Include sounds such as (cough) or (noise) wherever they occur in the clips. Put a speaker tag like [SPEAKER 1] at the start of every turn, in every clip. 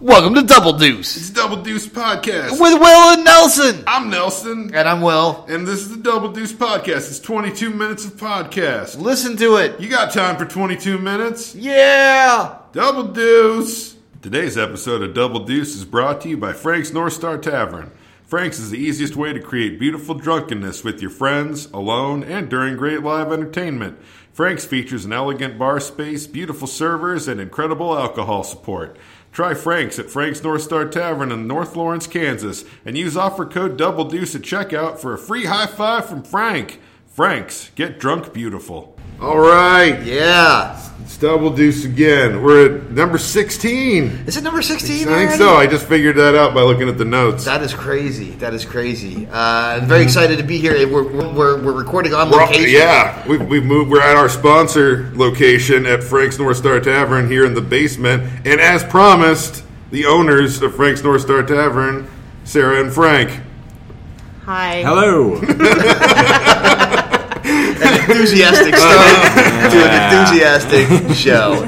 [SPEAKER 1] Welcome to Double Deuce
[SPEAKER 2] It's Double Deuce Podcast.
[SPEAKER 1] with Will and Nelson.
[SPEAKER 2] I'm Nelson,
[SPEAKER 1] And I'm Will.
[SPEAKER 2] and this is the Double Deuce Podcast. It's 22 minutes of podcast.
[SPEAKER 1] Listen to it.
[SPEAKER 2] You got time for 22 minutes?
[SPEAKER 1] Yeah.
[SPEAKER 2] Double Deuce! Today's episode of Double Deuce is brought to you by Frank's North Star Tavern. Frank's is the easiest way to create beautiful drunkenness with your friends, alone, and during great live entertainment. Frank's features an elegant bar space, beautiful servers, and incredible alcohol support. Try Frank's at Frank's North Star Tavern in North Lawrence, Kansas, and use offer code Double Deuce at checkout for a free high five from Frank. Frank's, get drunk beautiful. All right.
[SPEAKER 1] Yeah.
[SPEAKER 2] It's Double Deuce again. We're at number 16.
[SPEAKER 1] Is it number 16?
[SPEAKER 2] I think
[SPEAKER 1] already?
[SPEAKER 2] so. I just figured that out by looking at the notes.
[SPEAKER 1] That is crazy. That is crazy. Uh, I'm very excited to be here. We're, we're, we're recording on
[SPEAKER 2] We're-
[SPEAKER 1] location.
[SPEAKER 2] yeah, we've, we've moved. We're at our sponsor location at Frank's North Star Tavern here in the basement. And as promised, the owners of Frank's North Star Tavern, Sarah and Frank.
[SPEAKER 3] Hi.
[SPEAKER 1] (laughs)
[SPEAKER 4] Hello. (laughs)
[SPEAKER 1] Enthusiastic start to an enthusiastic show.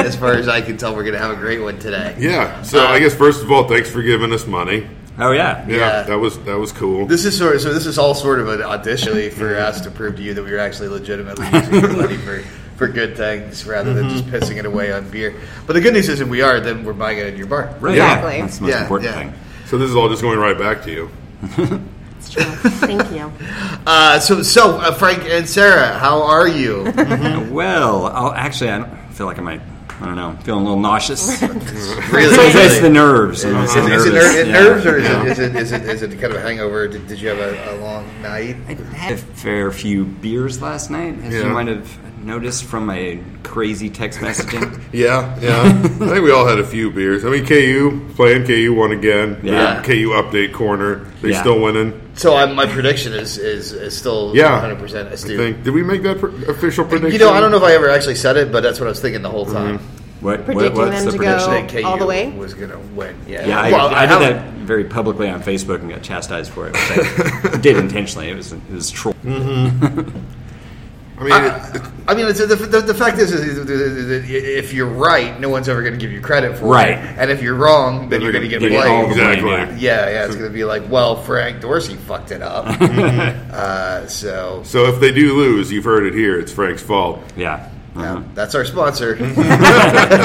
[SPEAKER 1] As far as I can tell, we're going to have a great one today.
[SPEAKER 2] Yeah. So
[SPEAKER 1] Uh,
[SPEAKER 2] I guess first of all, thanks for giving us money.
[SPEAKER 4] oh yeah.
[SPEAKER 2] Yeah,
[SPEAKER 1] Yeah.
[SPEAKER 2] that was that was cool.
[SPEAKER 1] This is sort of, so. This is all sort of an audition for us to prove to you that we were actually
[SPEAKER 4] (laughs)
[SPEAKER 1] legitimately using your money for for good things rather than just
[SPEAKER 4] Mm-hmm.
[SPEAKER 1] pissing it away on beer. But the good news is, if we are, then we're buying it at your bar.
[SPEAKER 4] Right.
[SPEAKER 3] Exactly.
[SPEAKER 4] That's the most
[SPEAKER 1] Yeah,
[SPEAKER 4] important
[SPEAKER 1] yeah.
[SPEAKER 4] thing.
[SPEAKER 2] so this is all just going right back to you.
[SPEAKER 3] It's true. Thank you.
[SPEAKER 1] Uh, so, so uh, Frank and Sarah, how are
[SPEAKER 4] (laughs)
[SPEAKER 1] you?
[SPEAKER 4] Uh, Well, I'll, actually, I don't feel like I might. I don't know. Feeling a little
[SPEAKER 3] (laughs)
[SPEAKER 4] nauseous. it's,
[SPEAKER 1] really,
[SPEAKER 4] it's the nerves. I'm
[SPEAKER 1] Is
[SPEAKER 4] just
[SPEAKER 1] it, is it,
[SPEAKER 4] nervous.
[SPEAKER 1] ner-
[SPEAKER 4] Yeah.
[SPEAKER 1] nerves or is, it, is, it, is, it, is it kind of a hangover? Did, did you have a, a long night?
[SPEAKER 4] I had a fair few beers last night, as
[SPEAKER 2] Yeah.
[SPEAKER 4] you might have noticed from my crazy text
[SPEAKER 1] (laughs)
[SPEAKER 4] messaging.
[SPEAKER 2] Yeah, yeah. I think we all had a few beers. I mean, KU playing KU won again.
[SPEAKER 4] Yeah.
[SPEAKER 2] KU update corner. They
[SPEAKER 4] Yeah.
[SPEAKER 2] still winning.
[SPEAKER 1] So, i my prediction is is, is still
[SPEAKER 2] Yeah,
[SPEAKER 1] 100 percent
[SPEAKER 2] I
[SPEAKER 1] astute.
[SPEAKER 2] think. Did we make that pr- official prediction?
[SPEAKER 1] You know, I don't know if I ever actually said it, but that's what I was thinking the whole
[SPEAKER 4] Mm-hmm.
[SPEAKER 1] time.
[SPEAKER 4] What, what,
[SPEAKER 3] Predicting
[SPEAKER 4] what's
[SPEAKER 3] them
[SPEAKER 4] the
[SPEAKER 3] to
[SPEAKER 4] prediction?
[SPEAKER 3] go-
[SPEAKER 1] That KU
[SPEAKER 3] Oh, All the way?
[SPEAKER 1] was going to win. Yeah,
[SPEAKER 4] Yeah, I,
[SPEAKER 1] Well,
[SPEAKER 4] I, did
[SPEAKER 1] haven't-
[SPEAKER 4] that very publicly on Facebook and got chastised for it.
[SPEAKER 1] (laughs)
[SPEAKER 4] Which I did intentionally. It was it was troll.
[SPEAKER 2] I mean,
[SPEAKER 1] Uh,
[SPEAKER 2] it- it-
[SPEAKER 1] I mean, it's, the, the, the fact is, is, is- is- is- if you're right, no one's ever going to give you credit for
[SPEAKER 4] Right.
[SPEAKER 1] it. And if you're wrong, then you're going to get
[SPEAKER 4] They get all the
[SPEAKER 1] blamed.
[SPEAKER 4] blame,
[SPEAKER 2] Exactly.
[SPEAKER 4] yeah.
[SPEAKER 1] Yeah, yeah, it's going to be like, well, Frank Dorsey fucked it up.
[SPEAKER 4] (laughs)
[SPEAKER 1] uh, so
[SPEAKER 2] so if they do lose, you've heard it here. It's Frank's fault.
[SPEAKER 4] yeah.
[SPEAKER 1] yeah,
[SPEAKER 4] Uh-huh.
[SPEAKER 1] that's our
[SPEAKER 4] (laughs)
[SPEAKER 1] sponsor. (laughs)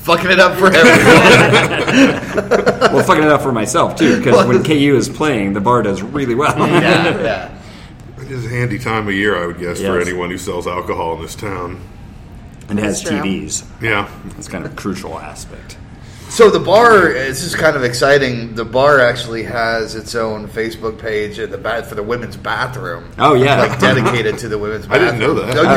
[SPEAKER 1] Fucking it up for everyone.
[SPEAKER 4] (laughs) well, fucking it up for myself too,
[SPEAKER 1] (laughs)
[SPEAKER 4] because
[SPEAKER 1] Well,
[SPEAKER 4] when
[SPEAKER 1] this-
[SPEAKER 4] KU is playing, the bar does really well.
[SPEAKER 1] yeah, yeah.
[SPEAKER 2] This is a handy time of year, I would guess, for
[SPEAKER 4] Yes.
[SPEAKER 2] anyone who sells alcohol in this town.
[SPEAKER 4] (laughs) and it has
[SPEAKER 3] That's true.
[SPEAKER 4] TVs.
[SPEAKER 2] Yeah.
[SPEAKER 4] That's kind of a crucial aspect.
[SPEAKER 1] So the bar, this is kind of exciting. The bar actually has its own Facebook page at the bath for the women's bathroom.
[SPEAKER 4] Oh yeah,
[SPEAKER 1] Like dedicated to the women's
[SPEAKER 2] I
[SPEAKER 1] bathroom.
[SPEAKER 2] didn't know that.
[SPEAKER 1] Oh, you didn't know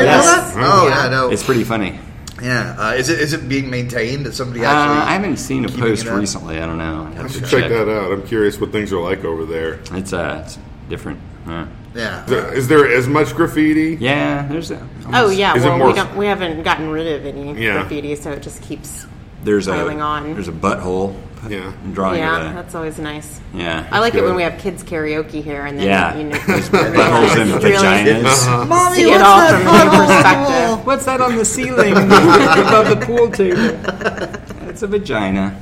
[SPEAKER 1] that?
[SPEAKER 4] Yes.
[SPEAKER 1] Oh, yeah, no.
[SPEAKER 4] (laughs) it's pretty funny.
[SPEAKER 1] Yeah, uh, is it is it being maintained? Is somebody
[SPEAKER 4] Uh,
[SPEAKER 1] actually?
[SPEAKER 4] I haven't seen a
[SPEAKER 1] keeping it
[SPEAKER 4] post
[SPEAKER 1] up?
[SPEAKER 4] recently. I don't know. I have
[SPEAKER 2] I
[SPEAKER 4] to
[SPEAKER 2] should check that out. I'm curious what things are like over there.
[SPEAKER 4] It's uh, it's different. Yeah,
[SPEAKER 2] Is
[SPEAKER 1] Yeah.
[SPEAKER 2] there, is there as much graffiti?
[SPEAKER 4] yeah there's a
[SPEAKER 3] Oh yeah.
[SPEAKER 2] Is it
[SPEAKER 3] well,
[SPEAKER 2] more-
[SPEAKER 3] we don't. We haven't gotten rid of any
[SPEAKER 2] Yeah.
[SPEAKER 3] graffiti, so it just keeps.
[SPEAKER 4] there's a
[SPEAKER 3] Piling on.
[SPEAKER 4] there's a butthole
[SPEAKER 2] Yeah.
[SPEAKER 1] Mm.
[SPEAKER 4] drawing.
[SPEAKER 3] yeah,
[SPEAKER 4] of a-
[SPEAKER 3] that's always nice.
[SPEAKER 4] yeah.
[SPEAKER 3] I like it
[SPEAKER 2] good.
[SPEAKER 3] when we have kids karaoke here, and then
[SPEAKER 4] Yeah.
[SPEAKER 3] you know,
[SPEAKER 4] buttholes and
[SPEAKER 3] Really?
[SPEAKER 4] vaginas.
[SPEAKER 3] (laughs)
[SPEAKER 2] Uh-huh.
[SPEAKER 1] Uh-huh.
[SPEAKER 3] see it all from a new perspective.
[SPEAKER 4] What's that on the ceiling above the pool table? It's a vagina.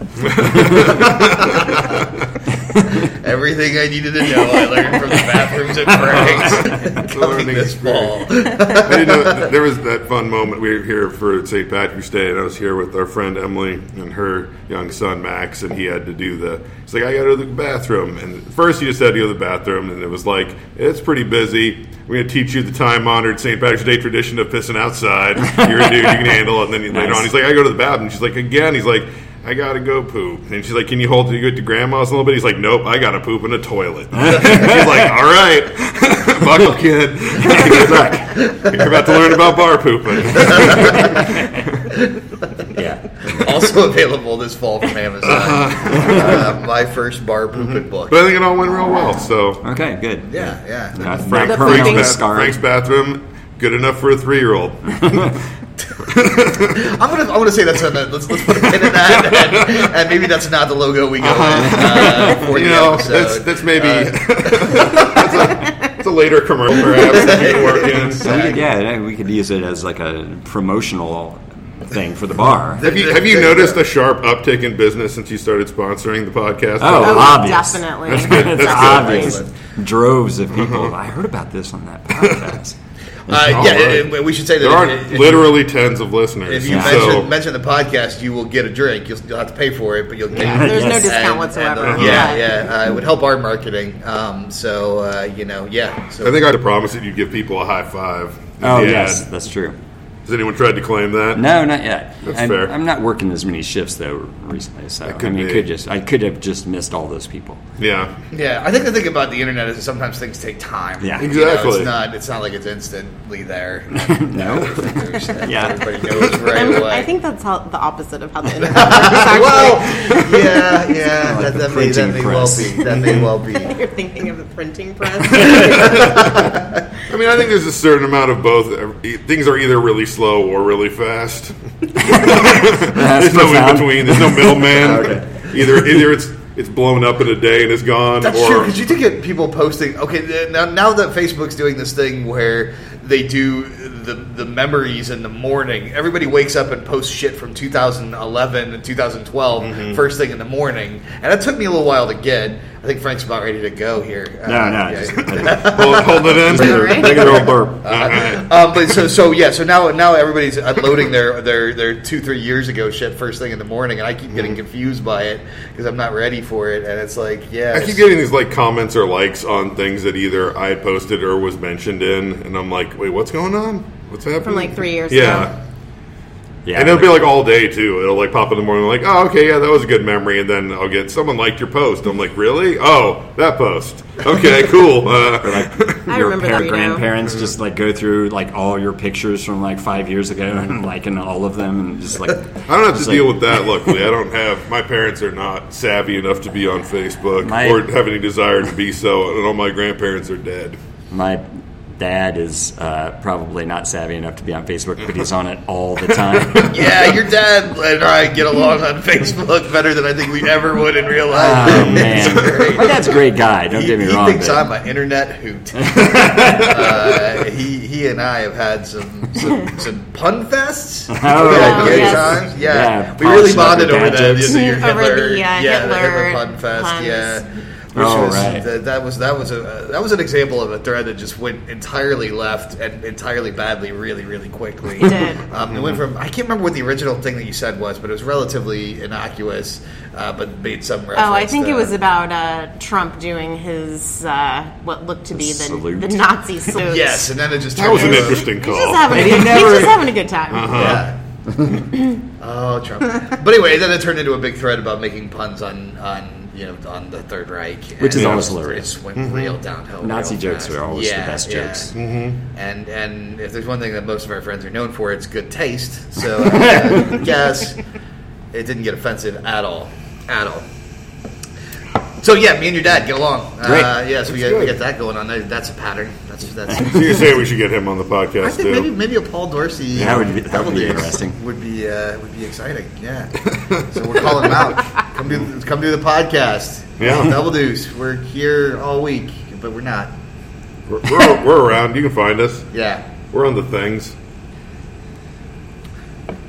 [SPEAKER 1] Everything I needed to know, I learned from the bathrooms at Frank's. Coming
[SPEAKER 2] Learning
[SPEAKER 1] this fall.
[SPEAKER 2] I didn't know that there was that fun moment. We were here for St. Patrick's Day, and I was here with our friend Emily and her young son Max, and he had to do the. He's like, I got to go to the bathroom, and at first he just had to go to the bathroom, and it was like, it's pretty busy. We're gonna teach you the time-honored St. Patrick's Day tradition of pissing outside. You're a dude, you can handle it. And then later
[SPEAKER 4] Nice.
[SPEAKER 2] on, he's like, I go to the bathroom. She's like, again. He's like. I gotta go poop, and she's like, "Can you hold it? You go to grandma's a little bit." He's like, "Nope, I gotta poop in a toilet." (laughs) he's like, "All right, (laughs) buckle, kid." (laughs) Good luck. You're about to learn about bar pooping.
[SPEAKER 4] Yeah.
[SPEAKER 1] Also available this fall from Amazon. Uh, my first bar pooping book.
[SPEAKER 2] But I think it all went real well. So
[SPEAKER 4] Okay. Good.
[SPEAKER 1] Yeah, yeah.
[SPEAKER 4] Not, not
[SPEAKER 2] Frank,
[SPEAKER 3] for
[SPEAKER 2] Frank's,
[SPEAKER 4] permanently
[SPEAKER 2] bath-
[SPEAKER 3] things-
[SPEAKER 4] scarred.
[SPEAKER 2] Frank's bathroom, good enough for a three-year-old.
[SPEAKER 1] I'm gonna I'm gonna say that's on the, let's let's put a pin in that, and, and maybe that's not the logo we go with uh, for
[SPEAKER 2] Uh-huh. You
[SPEAKER 1] the
[SPEAKER 2] know,
[SPEAKER 1] episode.
[SPEAKER 2] that's that's maybe that's a, (laughs) it's a later commercial, perhaps. if you work in.
[SPEAKER 4] Yeah, yeah, we could use it as like a promotional thing for the bar. Oh,
[SPEAKER 2] Have you, have you noticed a sharp uptick in business since you started sponsoring the podcast?
[SPEAKER 4] Oh,
[SPEAKER 3] Oh,
[SPEAKER 4] obvious.
[SPEAKER 3] definitely.
[SPEAKER 4] It's
[SPEAKER 3] (laughs) That's
[SPEAKER 4] obvious.
[SPEAKER 1] good.
[SPEAKER 4] Droves of people. I heard about this on that
[SPEAKER 2] (laughs)
[SPEAKER 4] podcast.
[SPEAKER 1] Uh,
[SPEAKER 2] All
[SPEAKER 1] yeah,
[SPEAKER 2] right.
[SPEAKER 1] and- and we should say that
[SPEAKER 2] There
[SPEAKER 1] if-
[SPEAKER 2] aren't
[SPEAKER 1] if,
[SPEAKER 2] literally tens of listeners.
[SPEAKER 1] If you
[SPEAKER 4] Yeah.
[SPEAKER 1] mention,
[SPEAKER 2] so,
[SPEAKER 1] mention the podcast, you will get a drink. You'll, you'll have to pay for it, but you'll get.
[SPEAKER 3] Yeah, there's
[SPEAKER 4] no
[SPEAKER 1] And-
[SPEAKER 3] discount
[SPEAKER 1] and,
[SPEAKER 3] whatsoever.
[SPEAKER 1] uh, yeah,
[SPEAKER 3] Right.
[SPEAKER 1] yeah, uh, it would help our marketing. Um, so uh, you know, yeah. So
[SPEAKER 2] I think I had to promise that you'd give people a high five. in
[SPEAKER 4] Oh
[SPEAKER 2] the
[SPEAKER 4] yes,
[SPEAKER 2] ad.
[SPEAKER 4] that's true.
[SPEAKER 2] Has anyone tried to claim that?
[SPEAKER 4] No, not yet.
[SPEAKER 2] That's
[SPEAKER 4] I'm,
[SPEAKER 2] fair.
[SPEAKER 4] I'm not working as many shifts though recently, so I
[SPEAKER 2] could
[SPEAKER 4] mean,
[SPEAKER 2] be.
[SPEAKER 4] could just I could have just missed all those people. (laughs)
[SPEAKER 2] Yeah.
[SPEAKER 1] yeah, I think the thing about the internet is that sometimes things take time.
[SPEAKER 4] Yeah.
[SPEAKER 1] You know,
[SPEAKER 2] Exactly.
[SPEAKER 1] it's not. It's not like it's
[SPEAKER 2] (laughs)
[SPEAKER 1] instantly there.
[SPEAKER 4] No, Yeah.
[SPEAKER 1] Everybody knows right
[SPEAKER 3] (laughs) I'm-
[SPEAKER 1] away.
[SPEAKER 3] I think that's how the opposite of how the internet works. Actually,
[SPEAKER 1] Well, yeah, yeah,
[SPEAKER 4] like
[SPEAKER 1] that,
[SPEAKER 4] the
[SPEAKER 1] that, may, that
[SPEAKER 4] printing
[SPEAKER 1] may well
[SPEAKER 4] press.
[SPEAKER 1] be. That may well be.
[SPEAKER 3] (laughs) you're thinking of the printing press.
[SPEAKER 2] I mean, I think there's a certain amount of both. Things are either really slow or really fast.
[SPEAKER 4] that's
[SPEAKER 2] There's no in
[SPEAKER 4] profound.
[SPEAKER 2] between. There's no
[SPEAKER 4] (laughs)
[SPEAKER 2] middleman. Either either it's it's blown up in a day and it's gone,
[SPEAKER 1] That's
[SPEAKER 2] or
[SPEAKER 1] true because you do get people posting. Okay, now, now that Facebook's doing this thing where they do the the memories in the morning, everybody wakes up and posts shit from 2011 and 2012
[SPEAKER 4] Mm-hmm.
[SPEAKER 1] first thing in the morning, and that took me a little while to get. I think Frank's about ready to go here. Uh,
[SPEAKER 4] no, no.
[SPEAKER 1] yeah.
[SPEAKER 4] Just,
[SPEAKER 2] (laughs) (laughs)
[SPEAKER 4] I
[SPEAKER 2] hold, hold it in. Uh,
[SPEAKER 4] regular,
[SPEAKER 3] Right?
[SPEAKER 4] regular old burp.
[SPEAKER 1] Um, but so so yeah, so now now everybody's unloading their their their two three years ago shit first thing in the morning, and I keep
[SPEAKER 2] Mm-hmm.
[SPEAKER 1] getting confused by it because I'm not ready for it, and it's like yeah,
[SPEAKER 2] I keep getting these like comments or likes on things that either I had posted or was mentioned in, and I'm like, wait, what's going on? What's happening?
[SPEAKER 3] like, three years
[SPEAKER 2] yeah.
[SPEAKER 3] ago.
[SPEAKER 4] Yeah,
[SPEAKER 2] And it'll be like all day too. It'll like pop in the morning, like, oh, okay, yeah, that was a good memory. And then I'll get someone liked your post. I'm like, really? Oh, that post. Okay, (laughs) cool.
[SPEAKER 4] (laughs)
[SPEAKER 2] Uh,
[SPEAKER 3] I
[SPEAKER 4] your
[SPEAKER 3] remember
[SPEAKER 4] parent,
[SPEAKER 3] that, you know.
[SPEAKER 4] grandparents just like go through like all your pictures from like five years ago
[SPEAKER 1] Mm-hmm.
[SPEAKER 4] and liking all of them and just
[SPEAKER 1] (laughs)
[SPEAKER 4] like
[SPEAKER 2] I don't have to
[SPEAKER 4] like-
[SPEAKER 2] deal with that. Luckily, I don't have. My parents are not savvy enough to be on Facebook
[SPEAKER 4] My-
[SPEAKER 2] or have any desire to be so. And all my grandparents are dead.
[SPEAKER 4] my dad is uh, probably not savvy enough to be on Facebook, but he's on it all
[SPEAKER 1] (laughs)
[SPEAKER 4] the time.
[SPEAKER 1] (laughs) Yeah, your dad and I get along
[SPEAKER 2] (laughs)
[SPEAKER 1] on Facebook better than I think we ever would in real life.
[SPEAKER 2] Ah,
[SPEAKER 1] (laughs)
[SPEAKER 4] oh
[SPEAKER 1] It's
[SPEAKER 4] man,
[SPEAKER 1] great.
[SPEAKER 4] my dad's a great guy. Don't
[SPEAKER 1] He,
[SPEAKER 4] get me
[SPEAKER 1] he
[SPEAKER 4] wrong.
[SPEAKER 1] thinks
[SPEAKER 4] but-
[SPEAKER 1] I'm
[SPEAKER 4] (laughs)
[SPEAKER 1] an internet hoot. uh, he he and I have had some some, some pun fests.
[SPEAKER 4] (laughs) Oh,
[SPEAKER 1] We've had good
[SPEAKER 3] yes.
[SPEAKER 1] times. Yeah,
[SPEAKER 4] Yeah,
[SPEAKER 1] we really
[SPEAKER 4] polishing up
[SPEAKER 1] bonded
[SPEAKER 4] your
[SPEAKER 1] over
[SPEAKER 4] dad
[SPEAKER 1] that.
[SPEAKER 4] jokes.
[SPEAKER 1] the Your
[SPEAKER 3] (laughs) Over
[SPEAKER 1] Hitler,
[SPEAKER 3] the, uh,
[SPEAKER 1] yeah, the
[SPEAKER 3] Hitler
[SPEAKER 1] Hitler pun fest.
[SPEAKER 3] puns.
[SPEAKER 1] Yeah. Which
[SPEAKER 4] Oh,
[SPEAKER 1] was
[SPEAKER 4] right.
[SPEAKER 1] that, that was that was a that was an example of a thread that just went entirely left and entirely badly really really quickly.
[SPEAKER 3] It did.
[SPEAKER 1] Um, it went from I can't remember what the original thing that you said was, but it was relatively innocuous, uh, but made some reference.
[SPEAKER 3] Oh, I think
[SPEAKER 1] to-
[SPEAKER 3] it was about uh, Trump doing his uh, what looked to be the,
[SPEAKER 4] salute.
[SPEAKER 3] the Nazi salute.
[SPEAKER 1] Yes,
[SPEAKER 3] (laughs)
[SPEAKER 1] and then it just
[SPEAKER 2] That was an
[SPEAKER 1] turned-
[SPEAKER 2] interesting
[SPEAKER 3] He's just
[SPEAKER 2] call.
[SPEAKER 3] having a
[SPEAKER 4] He
[SPEAKER 3] good, he's
[SPEAKER 4] never-
[SPEAKER 3] just having a good time.
[SPEAKER 1] Yeah.
[SPEAKER 4] (laughs)
[SPEAKER 1] oh, Trump. But anyway, then it turned into a big thread about making puns on, on you know on the Third Reich, and
[SPEAKER 4] Which is
[SPEAKER 1] it
[SPEAKER 4] always
[SPEAKER 1] just-
[SPEAKER 4] hilarious. Mm-hmm.
[SPEAKER 1] It just went real downhill.
[SPEAKER 4] Nazi
[SPEAKER 1] real
[SPEAKER 4] jokes
[SPEAKER 1] fast.
[SPEAKER 4] are always the
[SPEAKER 1] Yeah,
[SPEAKER 4] best
[SPEAKER 1] yeah.
[SPEAKER 4] jokes.
[SPEAKER 1] And and if there's one thing that most of our friends are known for, it's good taste.
[SPEAKER 4] (laughs)
[SPEAKER 1] So I would guess it didn't get offensive at all, at all. So yeah, me and your dad get along.
[SPEAKER 4] Great.
[SPEAKER 1] Uh, yeah, so we got, we
[SPEAKER 2] good.
[SPEAKER 1] got that going on. That's a pattern. That's that's.
[SPEAKER 2] So you're saying we should get him on the
[SPEAKER 1] I
[SPEAKER 2] podcast
[SPEAKER 1] think maybe
[SPEAKER 2] too?
[SPEAKER 1] maybe a Paul Dorsey.
[SPEAKER 4] That would be- that would
[SPEAKER 1] double
[SPEAKER 4] be
[SPEAKER 1] date
[SPEAKER 4] interesting.
[SPEAKER 1] Would be uh, would be exciting. Yeah. so we're calling him out. Come do come do the podcast.
[SPEAKER 2] Yeah.
[SPEAKER 1] Double deuce. We're here all week, but we're not.
[SPEAKER 2] We're, we're, we're around. You can find us.
[SPEAKER 1] Yeah.
[SPEAKER 2] We're on the things.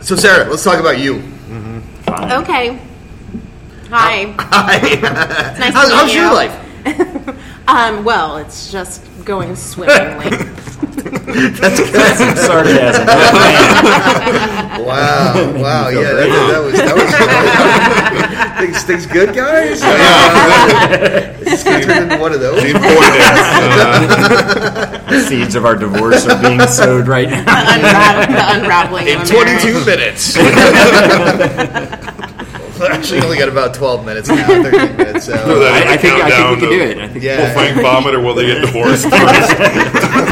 [SPEAKER 1] So Sarah, let's talk about you.
[SPEAKER 4] Fine.
[SPEAKER 3] Okay. Hi.
[SPEAKER 1] Hi.
[SPEAKER 3] It's
[SPEAKER 1] (laughs)
[SPEAKER 3] nice
[SPEAKER 1] How's,
[SPEAKER 3] to meet
[SPEAKER 1] how's your
[SPEAKER 3] you.
[SPEAKER 1] life?
[SPEAKER 3] Um, well, it's just
[SPEAKER 1] (laughs)
[SPEAKER 3] going swimmingly.
[SPEAKER 4] Some sarcasm.
[SPEAKER 1] (laughs) Wow. Wow. Yeah. That, that was that was. (laughs) things things good, guys. (laughs) It's gonna turn into one of those.
[SPEAKER 4] (laughs)
[SPEAKER 2] Dean Boyd asks, uh,
[SPEAKER 4] the seeds of our divorce are being sowed
[SPEAKER 1] (laughs)
[SPEAKER 4] right now.
[SPEAKER 3] Unra- the unraveling
[SPEAKER 1] in
[SPEAKER 3] of a
[SPEAKER 1] 22
[SPEAKER 3] marriage.
[SPEAKER 1] minutes. Well, actually, only got about 12 minutes now, 13 minutes.
[SPEAKER 2] No,
[SPEAKER 1] So
[SPEAKER 2] that-
[SPEAKER 4] I, I think I think
[SPEAKER 2] Countdown
[SPEAKER 4] we can do
[SPEAKER 2] to-
[SPEAKER 4] it. I think
[SPEAKER 1] yeah,
[SPEAKER 2] Frank vomit or will they get divorced
[SPEAKER 4] (laughs)
[SPEAKER 2] first?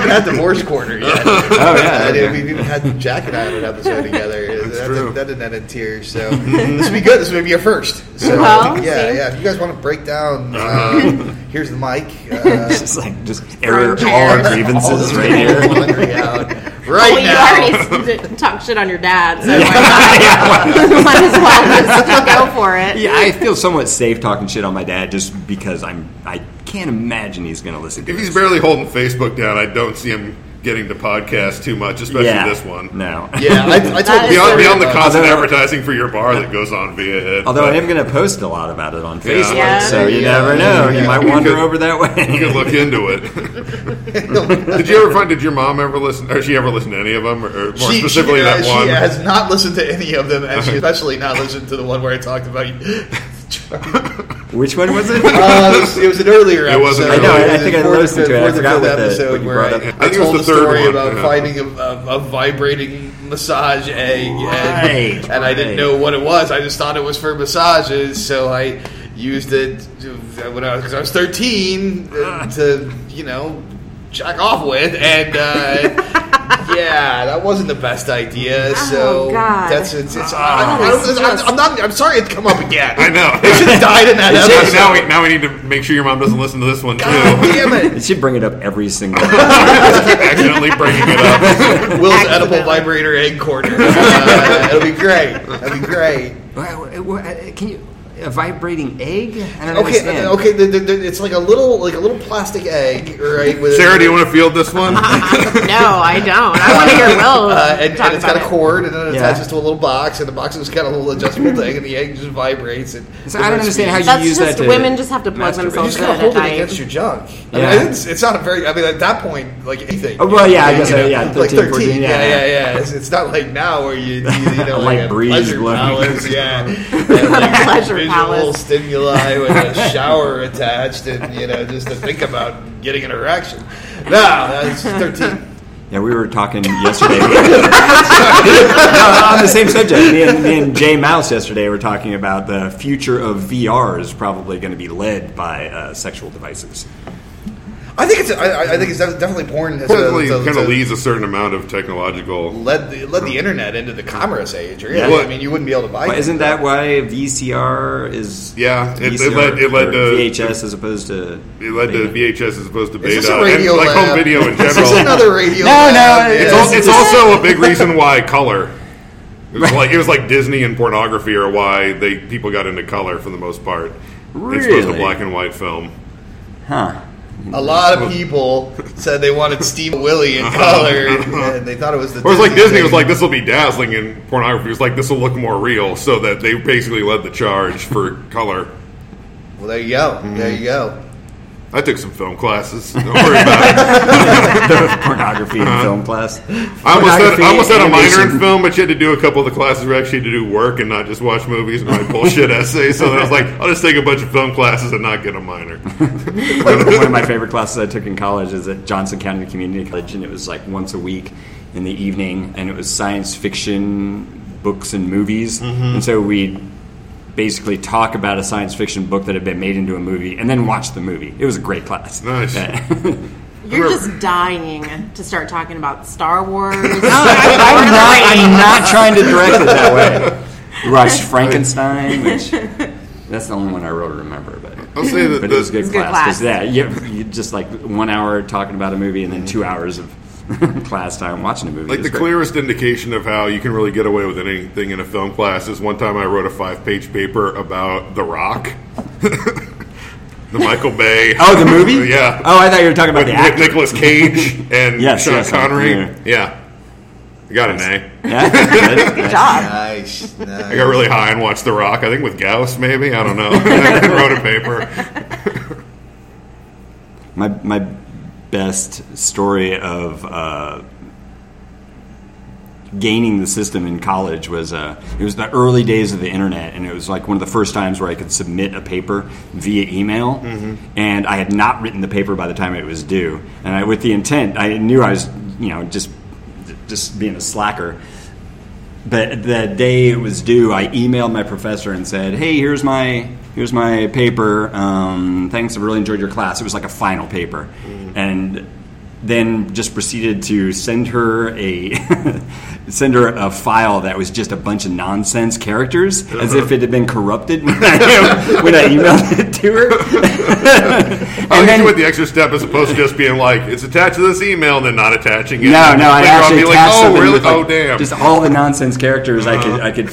[SPEAKER 1] we had divorce corner yet.
[SPEAKER 4] Oh yeah.
[SPEAKER 1] I did. We even had Jack and I on an episode
[SPEAKER 4] (laughs)
[SPEAKER 1] together. That,
[SPEAKER 4] true.
[SPEAKER 1] Didn't, that didn't end in tears.
[SPEAKER 4] (laughs)
[SPEAKER 1] So this would be good. This would be a first. So
[SPEAKER 3] Well,
[SPEAKER 1] yeah,
[SPEAKER 3] see.
[SPEAKER 1] yeah. If you guys want to break
[SPEAKER 4] (laughs)
[SPEAKER 1] down, um, here's the mic. Uh,
[SPEAKER 4] It's just like just air all our
[SPEAKER 3] chairs.
[SPEAKER 1] all
[SPEAKER 4] grievances
[SPEAKER 1] those
[SPEAKER 4] right
[SPEAKER 1] people
[SPEAKER 4] here. (laughs)
[SPEAKER 1] wondering out
[SPEAKER 3] Well,
[SPEAKER 1] (laughs) right
[SPEAKER 3] Oh, you
[SPEAKER 1] now.
[SPEAKER 3] already s- d- talked shit on your dad, so
[SPEAKER 1] (laughs)
[SPEAKER 3] why not? might as well just go for it.
[SPEAKER 4] Yeah, I feel somewhat safe talking shit on my dad just because I'm I can't imagine he's gonna listen to
[SPEAKER 2] If he's
[SPEAKER 4] this.
[SPEAKER 2] barely holding Facebook down, I don't see him getting to podcasts too much, especially
[SPEAKER 4] yeah.
[SPEAKER 2] this one.
[SPEAKER 4] No.
[SPEAKER 1] Yeah, I, I told
[SPEAKER 3] That is
[SPEAKER 2] Beyond,
[SPEAKER 3] Sorry
[SPEAKER 2] beyond the
[SPEAKER 1] about
[SPEAKER 2] constant
[SPEAKER 4] that.
[SPEAKER 2] advertising for your bar that goes on via it.
[SPEAKER 4] (laughs) Although
[SPEAKER 2] but
[SPEAKER 4] I am going to post a lot about it on Facebook,
[SPEAKER 3] Yeah.
[SPEAKER 4] so you
[SPEAKER 1] Yeah.
[SPEAKER 4] never know.
[SPEAKER 1] Yeah.
[SPEAKER 4] You might wander
[SPEAKER 2] could-
[SPEAKER 4] over that
[SPEAKER 2] you
[SPEAKER 4] way.
[SPEAKER 2] can look into it.
[SPEAKER 1] (laughs)
[SPEAKER 2] did you ever find? Did your mom ever listen? Or she ever listen to any of them? Or, or more
[SPEAKER 1] She-
[SPEAKER 2] specifically
[SPEAKER 1] she, uh,
[SPEAKER 2] that one?
[SPEAKER 1] She has not listened to any of
[SPEAKER 2] (laughs)
[SPEAKER 1] them, and she especially not listened to the one where I talked about.
[SPEAKER 2] (laughs)
[SPEAKER 4] Which one was it?
[SPEAKER 1] Uh, it was an earlier
[SPEAKER 2] It was an earlier- I
[SPEAKER 1] episode.
[SPEAKER 2] know, I
[SPEAKER 1] was
[SPEAKER 4] think
[SPEAKER 1] the
[SPEAKER 4] I
[SPEAKER 1] fourth-
[SPEAKER 4] listened to it. I
[SPEAKER 1] fourth or
[SPEAKER 4] forgot
[SPEAKER 1] fifth
[SPEAKER 4] what the-
[SPEAKER 1] episode
[SPEAKER 4] what you
[SPEAKER 1] where
[SPEAKER 4] brought up.
[SPEAKER 1] I,
[SPEAKER 4] I
[SPEAKER 2] think it was
[SPEAKER 1] told
[SPEAKER 2] the
[SPEAKER 1] the,
[SPEAKER 2] third
[SPEAKER 1] story
[SPEAKER 2] one,
[SPEAKER 1] about
[SPEAKER 2] yeah.
[SPEAKER 1] finding a, a, a vibrating massage egg, and,
[SPEAKER 4] Right,
[SPEAKER 1] and I didn't
[SPEAKER 4] right.
[SPEAKER 1] know what it was. I just thought it was for massages, so I used it to- when I was, cause I was thirteen uh, to you know jack off with, and
[SPEAKER 4] (laughs)
[SPEAKER 1] uh, yeah, that wasn't the best idea. So
[SPEAKER 3] Oh, God.
[SPEAKER 1] that's it's. it's
[SPEAKER 4] Ah.
[SPEAKER 1] I, I,
[SPEAKER 3] That is
[SPEAKER 1] I,
[SPEAKER 3] just-
[SPEAKER 1] am not. I'm sorry it come up again.
[SPEAKER 2] I
[SPEAKER 1] (laughs)
[SPEAKER 2] know.
[SPEAKER 1] It should have died in
[SPEAKER 2] (laughs)
[SPEAKER 1] that
[SPEAKER 2] Now-
[SPEAKER 1] episode.
[SPEAKER 2] now we now we need to make sure your mom doesn't listen to this
[SPEAKER 1] (laughs)
[SPEAKER 2] one too. (laughs)
[SPEAKER 1] God damn it.
[SPEAKER 4] (laughs) It should bring it up every single.
[SPEAKER 3] (laughs)
[SPEAKER 2] accidentally bringing it up.
[SPEAKER 1] (laughs) Will's
[SPEAKER 3] Accidental.
[SPEAKER 1] edible vibrator egg
[SPEAKER 3] (laughs)
[SPEAKER 1] corner. Uh, it'll be great. It'll be great.
[SPEAKER 4] uh, Can you a vibrating egg? I don't
[SPEAKER 1] Okay, uh,
[SPEAKER 3] uh,
[SPEAKER 1] okay. The, the, the, it's like a little, like a little plastic egg, right? With
[SPEAKER 2] Sarah, do you want to field this
[SPEAKER 1] (laughs)
[SPEAKER 2] one?
[SPEAKER 3] No, I don't. I want to hear Will
[SPEAKER 1] Uh, and,
[SPEAKER 3] talk
[SPEAKER 1] and it's
[SPEAKER 3] about
[SPEAKER 1] got a
[SPEAKER 3] it.
[SPEAKER 1] cord, and then it
[SPEAKER 4] Yeah.
[SPEAKER 1] attaches to a little box, and the box has got a little adjustable thing, and the egg just vibrates. And
[SPEAKER 4] So I don't understand how you
[SPEAKER 3] That's
[SPEAKER 4] use
[SPEAKER 3] just
[SPEAKER 4] that. To
[SPEAKER 3] women just have to plug
[SPEAKER 4] masturbate.
[SPEAKER 1] You
[SPEAKER 3] themselves
[SPEAKER 1] just kind of
[SPEAKER 3] Good
[SPEAKER 1] hold it
[SPEAKER 3] night.
[SPEAKER 1] against your junk. I mean,
[SPEAKER 4] Yeah.
[SPEAKER 1] it's, it's not a very. I mean, at that point, like anything.
[SPEAKER 4] Oh, well, yeah, I guess,
[SPEAKER 1] You know,
[SPEAKER 4] uh, yeah,
[SPEAKER 1] like
[SPEAKER 4] 13, 14,
[SPEAKER 1] yeah,
[SPEAKER 4] yeah.
[SPEAKER 1] yeah, yeah. It's, it's not like now where you, you, you
[SPEAKER 4] (laughs)
[SPEAKER 1] know,
[SPEAKER 4] A
[SPEAKER 1] like
[SPEAKER 4] light
[SPEAKER 1] a
[SPEAKER 4] breeze
[SPEAKER 1] pleasure
[SPEAKER 4] blowing.
[SPEAKER 1] palace,
[SPEAKER 4] (laughs)
[SPEAKER 1] yeah,
[SPEAKER 3] (laughs)
[SPEAKER 1] and like
[SPEAKER 3] Pleasure
[SPEAKER 1] visual
[SPEAKER 3] palace.
[SPEAKER 1] stimuli with a
[SPEAKER 3] (laughs)
[SPEAKER 1] shower attached, and you know, just to think about getting an erection. No, that's thirteen.
[SPEAKER 4] Yeah, we were talking yesterday. (laughs) no, on the same subject, me and, me and Jay Mouse yesterday were talking about the future of VR is probably going to be led by uh, sexual devices.
[SPEAKER 1] I think it's. I, I- I think it's def- definitely porn. Has
[SPEAKER 2] Definitely
[SPEAKER 1] to- to-
[SPEAKER 2] kind
[SPEAKER 1] to
[SPEAKER 2] of leads a certain amount of technological.
[SPEAKER 1] led the, led the internet into the commerce age. Really,
[SPEAKER 4] Yeah.
[SPEAKER 1] I mean, you wouldn't be able to buy.
[SPEAKER 4] But isn't that why VCR is?
[SPEAKER 2] Yeah, it- it led- it led
[SPEAKER 4] or
[SPEAKER 2] to-
[SPEAKER 4] VHS as opposed to.
[SPEAKER 2] It led to VHS as opposed to beta,
[SPEAKER 1] Is this a radio
[SPEAKER 2] and like home
[SPEAKER 1] lab?
[SPEAKER 2] video in
[SPEAKER 1] Is this
[SPEAKER 2] general.
[SPEAKER 1] another radio?
[SPEAKER 4] No,
[SPEAKER 1] lab?
[SPEAKER 4] no,
[SPEAKER 2] It's,
[SPEAKER 1] Yeah.
[SPEAKER 2] al- it's also a big
[SPEAKER 1] (laughs)
[SPEAKER 2] reason why color. It was like it was like Disney and pornography are why they people got into color for the most part. It's supposed to
[SPEAKER 4] Really?
[SPEAKER 2] black and white film. (laughs)
[SPEAKER 4] Huh.
[SPEAKER 1] A lot of people said they wanted Steve Willie in color, and they thought it was the.
[SPEAKER 2] Or it's like Disney Uh-huh. was
[SPEAKER 1] thing.
[SPEAKER 2] like this will be dazzling, and pornography was like this will look more real, so that they basically led the charge for color.
[SPEAKER 1] "Well, there you go,
[SPEAKER 2] Mm-hmm.
[SPEAKER 1] there you go."
[SPEAKER 2] I took some film classes. Don't worry about it.
[SPEAKER 4] pornography in film class.
[SPEAKER 2] Uh-huh. I almost, had, I almost had a minor in
[SPEAKER 4] animation.
[SPEAKER 2] film, but you had to do a couple of the classes where actually had to do work and not just watch movies and write
[SPEAKER 4] (laughs)
[SPEAKER 2] bullshit essays. So then I was like, I'll just take a bunch of film classes and not get a minor.
[SPEAKER 4] one of my favorite classes I took in college is at Johnson County Community College, and it was like once a week in the evening, and it was science fiction books and movies, and so we basically talk about a science fiction book that had been made into a movie, and then watch the movie. It was a great class. (laughs)
[SPEAKER 2] Nice.
[SPEAKER 4] Yeah.
[SPEAKER 3] You're just dying to start talking about
[SPEAKER 1] (laughs)
[SPEAKER 3] Star Wars. Oh,
[SPEAKER 4] I'm not. I'm not trying to direct it that way. (laughs) Rush Frankenstein, which that's the only one I really remember, but.
[SPEAKER 2] I'll say that
[SPEAKER 4] But it was a
[SPEAKER 2] the,
[SPEAKER 4] good
[SPEAKER 3] good
[SPEAKER 4] class. 'cause
[SPEAKER 3] class.
[SPEAKER 4] that you, you just like one hour talking about a movie and then
[SPEAKER 3] Mm-hmm.
[SPEAKER 4] two hours of (laughs) class time watching a movie.
[SPEAKER 2] like
[SPEAKER 4] It
[SPEAKER 2] the
[SPEAKER 4] was great.
[SPEAKER 2] clearest indication of how you can really get away with anything in a film class is one time I wrote a five-page paper about The Rock, (laughs) the Michael Bay.
[SPEAKER 4] Oh, the movie?
[SPEAKER 2] (laughs) Yeah.
[SPEAKER 4] Oh, I thought you were talking about
[SPEAKER 2] with
[SPEAKER 4] the
[SPEAKER 2] Nick,
[SPEAKER 4] actor.
[SPEAKER 2] Nicolas Cage
[SPEAKER 4] (laughs)
[SPEAKER 2] and
[SPEAKER 4] Yes,
[SPEAKER 2] Sean
[SPEAKER 4] yes, I'm
[SPEAKER 2] Connery.
[SPEAKER 4] familiar.
[SPEAKER 2] Yeah, I got an A.
[SPEAKER 4] Yeah,
[SPEAKER 2] (laughs)
[SPEAKER 4] good,
[SPEAKER 3] Good
[SPEAKER 4] good.
[SPEAKER 3] job.
[SPEAKER 1] Nice,
[SPEAKER 2] I got really high and watched The Rock. I think with Gauss, maybe I don't know. (laughs) I wrote a paper.
[SPEAKER 4] My my best story of uh, gaining the system in college was uh, it was the early days of the internet, and it was like one of the first times where I could submit a paper via email, and I had not written the paper by the time it was due, and I, with the intent, I knew I was you know just just being a slacker. But the day it was due, I emailed my professor and said, "Hey, here's my here's my paper. Um, thanks, I really enjoyed your class. It was like a final paper." And then just proceeded to send her a (laughs) send her a file that was just a bunch of nonsense characters, as if it had been corrupted when I, (laughs) when I emailed it to her.
[SPEAKER 2] I think Oh, you went the extra step as opposed to just being like, "It's attached to this email," and then not attaching it.
[SPEAKER 4] No, no, I
[SPEAKER 2] Later on,
[SPEAKER 4] actually
[SPEAKER 2] be like,
[SPEAKER 4] attached
[SPEAKER 2] "Oh,
[SPEAKER 4] something
[SPEAKER 2] really?
[SPEAKER 4] with, like,
[SPEAKER 2] oh, damn!" Uh-huh.
[SPEAKER 4] Just all the nonsense characters I could, I could.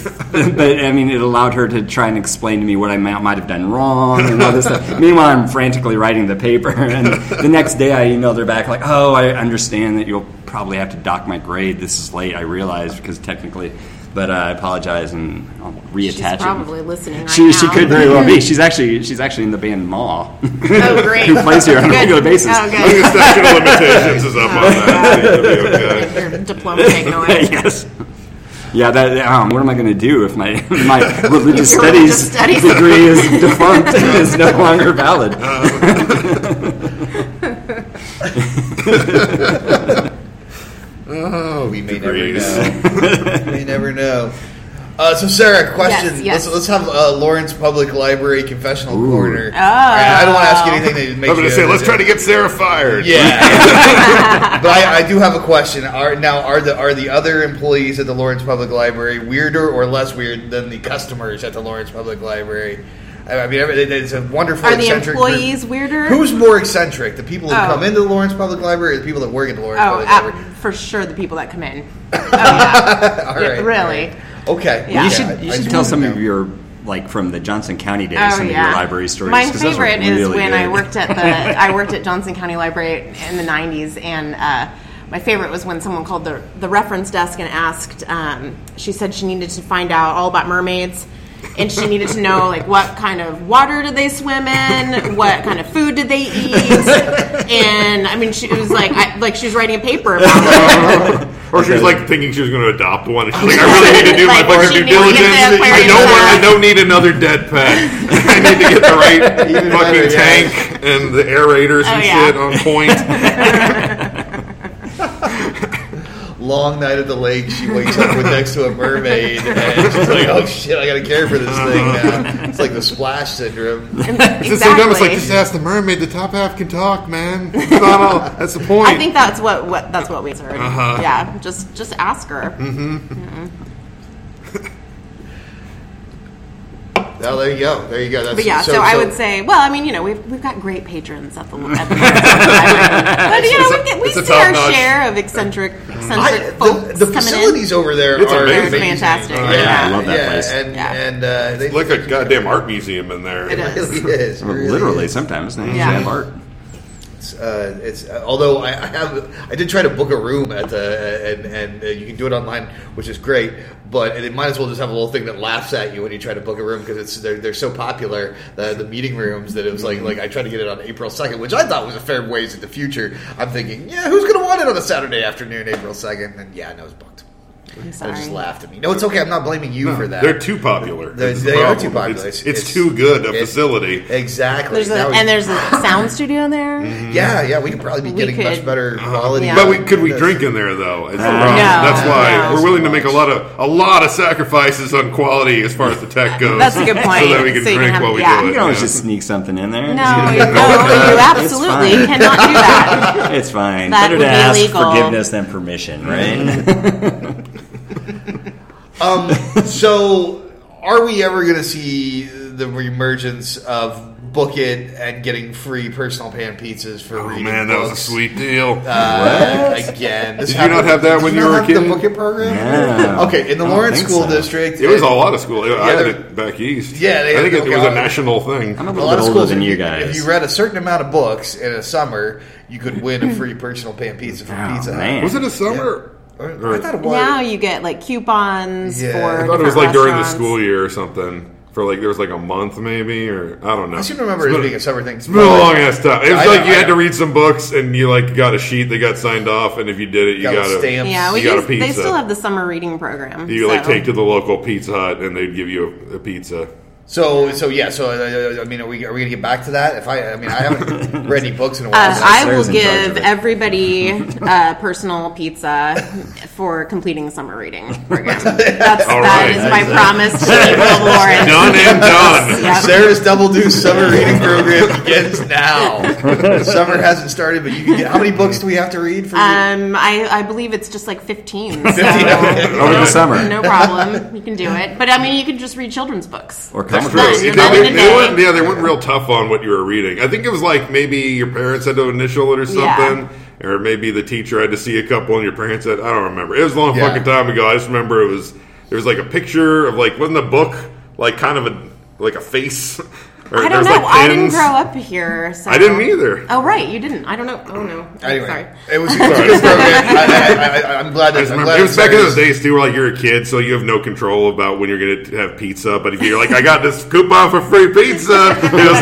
[SPEAKER 4] (laughs) but I mean, it allowed her to try and explain to me what I might, might have done wrong and all this
[SPEAKER 2] (laughs)
[SPEAKER 4] stuff. Meanwhile, I'm frantically writing the paper, and the next day I emailed her back like, "Oh, I understand that you'll probably have to dock my grade. This is late. I realized because technically, but uh, I apologize and I'll reattach
[SPEAKER 3] She's
[SPEAKER 4] it.
[SPEAKER 3] probably listening right
[SPEAKER 4] She,
[SPEAKER 3] now.
[SPEAKER 4] she could very well be. She's actually she's actually in the band Maw,
[SPEAKER 3] Oh, great.
[SPEAKER 4] (laughs) who plays here on a
[SPEAKER 3] Good.
[SPEAKER 4] regular basis.
[SPEAKER 3] Oh,
[SPEAKER 2] I think (laughs)
[SPEAKER 3] good.
[SPEAKER 2] the statute of limitations is up on
[SPEAKER 3] (laughs)
[SPEAKER 2] that. I think it'll be okay.
[SPEAKER 3] Get your diploma
[SPEAKER 1] (laughs)
[SPEAKER 3] taken
[SPEAKER 4] (laughs)
[SPEAKER 3] away.
[SPEAKER 4] yes. Yeah, that, that- um, what am I going to do if my
[SPEAKER 3] (laughs)
[SPEAKER 4] my religious
[SPEAKER 3] Your religious
[SPEAKER 4] studies
[SPEAKER 3] studies.
[SPEAKER 4] degree
[SPEAKER 3] (laughs)
[SPEAKER 4] is defunct and is no longer valid?
[SPEAKER 1] Uh,
[SPEAKER 4] (laughs)
[SPEAKER 1] Oh, we may
[SPEAKER 2] Degrees. (laughs)
[SPEAKER 1] never know. we never know. Uh, so, Sarah, question.
[SPEAKER 3] Yes, yes.
[SPEAKER 1] Let's, let's have uh, Lawrence Public Library Confessional
[SPEAKER 4] Ooh.
[SPEAKER 1] Corner. All right, I don't want to ask you anything that
[SPEAKER 2] I
[SPEAKER 1] makes
[SPEAKER 2] was going to say, let's try to get Sarah fired.
[SPEAKER 1] Yeah,
[SPEAKER 4] (laughs)
[SPEAKER 3] (laughs)
[SPEAKER 1] but I, I do have a question. Are now are the are the other employees at the Lawrence Public Library weirder or less weird than the customers at the Lawrence Public Library? I I mean, every- it's a wonderful.
[SPEAKER 3] Are the
[SPEAKER 1] eccentric group.
[SPEAKER 3] employees weirder?
[SPEAKER 1] Who's more eccentric? The people who
[SPEAKER 3] Oh.
[SPEAKER 1] come into the Lawrence Public Library or the people that work at the Lawrence
[SPEAKER 3] Oh,
[SPEAKER 1] Public
[SPEAKER 3] uh,
[SPEAKER 1] Library?
[SPEAKER 3] for sure the people that
[SPEAKER 1] (laughs)
[SPEAKER 3] come in. Oh, yeah.
[SPEAKER 1] All
[SPEAKER 3] yeah,
[SPEAKER 1] right,
[SPEAKER 3] really.
[SPEAKER 1] all
[SPEAKER 3] Oh,
[SPEAKER 1] right. Okay.
[SPEAKER 3] Yeah.
[SPEAKER 4] You
[SPEAKER 1] okay,
[SPEAKER 4] should
[SPEAKER 1] I-
[SPEAKER 4] you
[SPEAKER 1] I
[SPEAKER 4] should
[SPEAKER 1] just
[SPEAKER 4] tell
[SPEAKER 1] wanted
[SPEAKER 4] some
[SPEAKER 1] to
[SPEAKER 4] of
[SPEAKER 1] know.
[SPEAKER 4] your like from the Johnson County days,
[SPEAKER 3] Oh,
[SPEAKER 4] some
[SPEAKER 3] yeah.
[SPEAKER 4] of your library stories.
[SPEAKER 3] My
[SPEAKER 4] 'cause those were
[SPEAKER 3] favorite is
[SPEAKER 4] really
[SPEAKER 3] when I
[SPEAKER 4] good. (laughs)
[SPEAKER 3] worked at the I worked at Johnson County Library in the '90s, and uh, my favorite was when someone called the the reference desk and asked. Um, she said she needed to find out all about mermaids. And she needed to know like what kind of water did they swim in, what kind of food did
[SPEAKER 1] (laughs)
[SPEAKER 3] they eat, and I mean she it was like I, like she was writing a
[SPEAKER 1] (laughs)
[SPEAKER 3] paper about it.
[SPEAKER 2] (laughs) Or she was like thinking she was going to adopt one. and She's like, I really need to do
[SPEAKER 3] Like,
[SPEAKER 2] my fucking
[SPEAKER 3] she
[SPEAKER 2] due
[SPEAKER 3] knew we
[SPEAKER 2] diligence.
[SPEAKER 3] had the
[SPEAKER 2] I don't
[SPEAKER 3] aquarium
[SPEAKER 2] want. I
[SPEAKER 3] lab.
[SPEAKER 2] don't need another dead pet. (laughs) I need to get the
[SPEAKER 3] (laughs)
[SPEAKER 2] right
[SPEAKER 1] Even
[SPEAKER 2] fucking
[SPEAKER 1] better, yeah.
[SPEAKER 2] tank and the aerators and
[SPEAKER 3] Oh, yeah.
[SPEAKER 2] shit on point.
[SPEAKER 3] (laughs)
[SPEAKER 1] long night at the lake. She wakes up with next to a mermaid,
[SPEAKER 4] (laughs)
[SPEAKER 1] and she's like, "Oh shit, I gotta care for this thing now." It's like the splash syndrome.
[SPEAKER 2] It's the same time. It's like just ask the mermaid. The top half can talk, man. It's not all- That's the point.
[SPEAKER 3] I think that's what, what that's what we heard.
[SPEAKER 2] Uh-huh.
[SPEAKER 3] Yeah, just just ask her.
[SPEAKER 2] Mm-hmm.
[SPEAKER 1] Oh, there you go. There you go. That's,
[SPEAKER 3] But yeah, so, I would say, well, I mean, you know, we've, we've got great patrons at the,
[SPEAKER 2] (laughs)
[SPEAKER 3] at the but you know, we, get, we
[SPEAKER 2] It's a
[SPEAKER 3] see our
[SPEAKER 2] top-notch.
[SPEAKER 3] share of eccentric
[SPEAKER 1] I,
[SPEAKER 3] eccentric
[SPEAKER 1] the,
[SPEAKER 3] folks
[SPEAKER 1] the
[SPEAKER 3] coming
[SPEAKER 1] facilities
[SPEAKER 3] in.
[SPEAKER 1] over there
[SPEAKER 2] It's
[SPEAKER 1] are
[SPEAKER 2] amazing. They're
[SPEAKER 3] fantastic.
[SPEAKER 1] Yeah,
[SPEAKER 4] Yeah, I love that
[SPEAKER 1] yeah,
[SPEAKER 4] place.
[SPEAKER 1] And,
[SPEAKER 3] Yeah.
[SPEAKER 1] and uh, they,
[SPEAKER 2] It's
[SPEAKER 1] (laughs)
[SPEAKER 2] like a goddamn art museum in there.
[SPEAKER 3] It
[SPEAKER 1] it
[SPEAKER 3] is.
[SPEAKER 2] (laughs)
[SPEAKER 1] really is. It
[SPEAKER 4] Or
[SPEAKER 1] really
[SPEAKER 4] literally
[SPEAKER 1] is.
[SPEAKER 4] sometimes they
[SPEAKER 3] Yeah.
[SPEAKER 4] have art.
[SPEAKER 1] It's, uh, it's uh, although I, I have I did try to book a room at the and and uh, you can do it online, which is great. But it might as well just have a little thing that laughs at you when you try to book a room because it's they're, they're so popular uh, the meeting rooms that it was like like I tried to get it on April second, which I thought was a fair ways in the future. I'm thinking, yeah, who's gonna want it on a Saturday afternoon, April second? And yeah, no, it's booked.
[SPEAKER 3] I'm
[SPEAKER 1] They just
[SPEAKER 3] sorry.
[SPEAKER 1] laughed at me. No, it's okay. I'm not blaming you for that.
[SPEAKER 2] They're too popular.
[SPEAKER 1] They're-
[SPEAKER 2] That's the
[SPEAKER 1] they are
[SPEAKER 2] problem.
[SPEAKER 1] too popular.
[SPEAKER 2] It's,
[SPEAKER 1] It's-
[SPEAKER 2] it's
[SPEAKER 1] it's-
[SPEAKER 2] too good a
[SPEAKER 1] it-
[SPEAKER 2] facility.
[SPEAKER 1] exactly.
[SPEAKER 3] There's a,
[SPEAKER 1] Now we-
[SPEAKER 3] and there's
[SPEAKER 2] (laughs)
[SPEAKER 3] a sound studio in there.
[SPEAKER 2] Mm-hmm.
[SPEAKER 1] yeah, yeah. We could probably be
[SPEAKER 3] We
[SPEAKER 1] getting
[SPEAKER 3] could-
[SPEAKER 1] much better quality.
[SPEAKER 3] Yeah.
[SPEAKER 2] Uh-huh. But we, could we
[SPEAKER 1] Yes.
[SPEAKER 2] drink in there though? Is the
[SPEAKER 4] No.
[SPEAKER 2] problem. That's why
[SPEAKER 3] No.
[SPEAKER 2] we're willing to make a lot of a lot of sacrifices on quality as far as the
[SPEAKER 3] (laughs)
[SPEAKER 2] tech goes.
[SPEAKER 3] That's a good point.
[SPEAKER 2] So that we can
[SPEAKER 3] So you can
[SPEAKER 2] drink
[SPEAKER 3] have-
[SPEAKER 2] while we
[SPEAKER 3] yeah.
[SPEAKER 2] do it.
[SPEAKER 4] You can always
[SPEAKER 2] yeah.
[SPEAKER 4] just sneak something in there.
[SPEAKER 2] (laughs)
[SPEAKER 3] No,
[SPEAKER 4] Just-
[SPEAKER 3] no, you absolutely
[SPEAKER 4] It's fine.
[SPEAKER 3] cannot do
[SPEAKER 2] (laughs)
[SPEAKER 3] that.
[SPEAKER 4] It's fine.
[SPEAKER 3] That
[SPEAKER 4] Better
[SPEAKER 3] would
[SPEAKER 4] to
[SPEAKER 3] be
[SPEAKER 4] ask
[SPEAKER 3] illegal.
[SPEAKER 4] forgiveness than permission, right?
[SPEAKER 1] Mm-hmm. Um,
[SPEAKER 2] (laughs)
[SPEAKER 1] So, are we ever going to see the reemergence of book it and getting free personal pan pizzas for
[SPEAKER 2] Oh
[SPEAKER 1] reading?
[SPEAKER 2] man, that was a
[SPEAKER 1] books?
[SPEAKER 2] sweet deal.
[SPEAKER 1] Uh, again, this
[SPEAKER 2] Did you not have that
[SPEAKER 1] did
[SPEAKER 2] when
[SPEAKER 1] you
[SPEAKER 2] you
[SPEAKER 1] not
[SPEAKER 2] were a
[SPEAKER 1] have the
[SPEAKER 2] kid?
[SPEAKER 1] book it program?
[SPEAKER 4] No.
[SPEAKER 1] Okay, in the
[SPEAKER 4] I don't
[SPEAKER 1] Lawrence
[SPEAKER 4] think
[SPEAKER 1] School
[SPEAKER 4] so.
[SPEAKER 1] District,
[SPEAKER 2] it was a lot of school. I had
[SPEAKER 1] they're-
[SPEAKER 2] it back east.
[SPEAKER 1] Yeah, they
[SPEAKER 2] I think
[SPEAKER 1] had
[SPEAKER 2] it
[SPEAKER 1] no
[SPEAKER 2] was a
[SPEAKER 1] college.
[SPEAKER 2] national thing.
[SPEAKER 4] (laughs) I'm a
[SPEAKER 1] A
[SPEAKER 4] little
[SPEAKER 1] lot
[SPEAKER 4] bit
[SPEAKER 1] of
[SPEAKER 4] older
[SPEAKER 1] schools,
[SPEAKER 4] than
[SPEAKER 1] if
[SPEAKER 4] you
[SPEAKER 1] you-
[SPEAKER 4] guys.
[SPEAKER 1] If you read a certain amount of books in a summer, you could win a free personal pan
[SPEAKER 2] (laughs)
[SPEAKER 1] pizza from
[SPEAKER 4] Oh,
[SPEAKER 1] Pizza Hut.
[SPEAKER 4] man.
[SPEAKER 2] was it a summer? Or-
[SPEAKER 1] I thought it was.
[SPEAKER 3] Now you get like coupons
[SPEAKER 1] Yeah.
[SPEAKER 3] for.
[SPEAKER 1] I
[SPEAKER 2] I thought it was
[SPEAKER 3] different
[SPEAKER 2] like during the
[SPEAKER 3] restaurants.
[SPEAKER 2] school year or something. For like there was like a month maybe or I don't know.
[SPEAKER 1] I seem to remember
[SPEAKER 2] It's
[SPEAKER 1] it
[SPEAKER 2] been-
[SPEAKER 1] being a summer thing.
[SPEAKER 2] It's been a long ass time. It was
[SPEAKER 1] I
[SPEAKER 2] like
[SPEAKER 1] know,
[SPEAKER 2] you
[SPEAKER 1] I
[SPEAKER 2] had to
[SPEAKER 1] know.
[SPEAKER 2] read some books and you like got a sheet that got signed off, and if you did it, you
[SPEAKER 1] Got
[SPEAKER 2] got,
[SPEAKER 1] a
[SPEAKER 2] a
[SPEAKER 1] stamp.
[SPEAKER 3] Yeah, we
[SPEAKER 2] You got a
[SPEAKER 3] used, they
[SPEAKER 2] pizza.
[SPEAKER 3] still have the summer reading program.
[SPEAKER 2] You like
[SPEAKER 3] so-
[SPEAKER 2] take to the local Pizza Hut and they'd give you a, a pizza.
[SPEAKER 1] So, so yeah. So, uh, I mean, are we are we gonna get back to that? If I, I mean, I
[SPEAKER 2] (laughs)
[SPEAKER 1] haven't read any books in a while.
[SPEAKER 3] Uh, I will
[SPEAKER 4] Sarah's in charge of
[SPEAKER 3] give
[SPEAKER 4] it.
[SPEAKER 3] everybody uh, personal pizza for completing the summer reading
[SPEAKER 2] (laughs)
[SPEAKER 3] program. That's,
[SPEAKER 2] All
[SPEAKER 3] That
[SPEAKER 2] right.
[SPEAKER 3] is my promise to April
[SPEAKER 2] (laughs)
[SPEAKER 3] Lawrence.
[SPEAKER 2] Done and done.
[SPEAKER 1] (laughs)
[SPEAKER 3] Yep.
[SPEAKER 1] Sarah's Double Deuce
[SPEAKER 2] (laughs)
[SPEAKER 1] summer reading program begins now. summer hasn't started, but you can get. How many books do we have to read for?
[SPEAKER 3] Um, I, I believe it's just
[SPEAKER 2] (laughs)
[SPEAKER 3] like 15. So
[SPEAKER 1] 15, okay.
[SPEAKER 4] Over the summer.
[SPEAKER 3] No problem. You can do it. But I mean, you can just read children's books.
[SPEAKER 4] Or comic
[SPEAKER 3] true.
[SPEAKER 4] books.
[SPEAKER 3] you're
[SPEAKER 2] They-
[SPEAKER 3] not
[SPEAKER 2] they-
[SPEAKER 3] in a
[SPEAKER 2] they
[SPEAKER 3] day.
[SPEAKER 2] weren't- yeah, they weren't real tough on what you were reading. I think it was like maybe your parents had to initial it or
[SPEAKER 3] Yeah.
[SPEAKER 2] something, or maybe the teacher had to see a couple and your parents had. I don't remember. It was a long
[SPEAKER 1] Yeah.
[SPEAKER 2] fucking time ago. I just remember it was there was like a picture of like wasn't the book like kind of a like a face? (laughs) Or
[SPEAKER 3] I don't
[SPEAKER 2] there's,
[SPEAKER 3] know.
[SPEAKER 2] like,
[SPEAKER 3] I didn't
[SPEAKER 2] pins?
[SPEAKER 3] grow up here. So.
[SPEAKER 2] I didn't either.
[SPEAKER 3] Oh right, you didn't. I don't know. Oh no. I'm
[SPEAKER 1] Anyway,
[SPEAKER 3] Sorry.
[SPEAKER 1] it was, it was a good program. I, I, I, I'm glad. That, I'm glad
[SPEAKER 2] it was
[SPEAKER 1] that
[SPEAKER 2] back in those
[SPEAKER 1] Sarah's-
[SPEAKER 2] days too, where like you're a kid, so you have no control about when you're going to have pizza. But if you're like, I got this coupon for free pizza, it was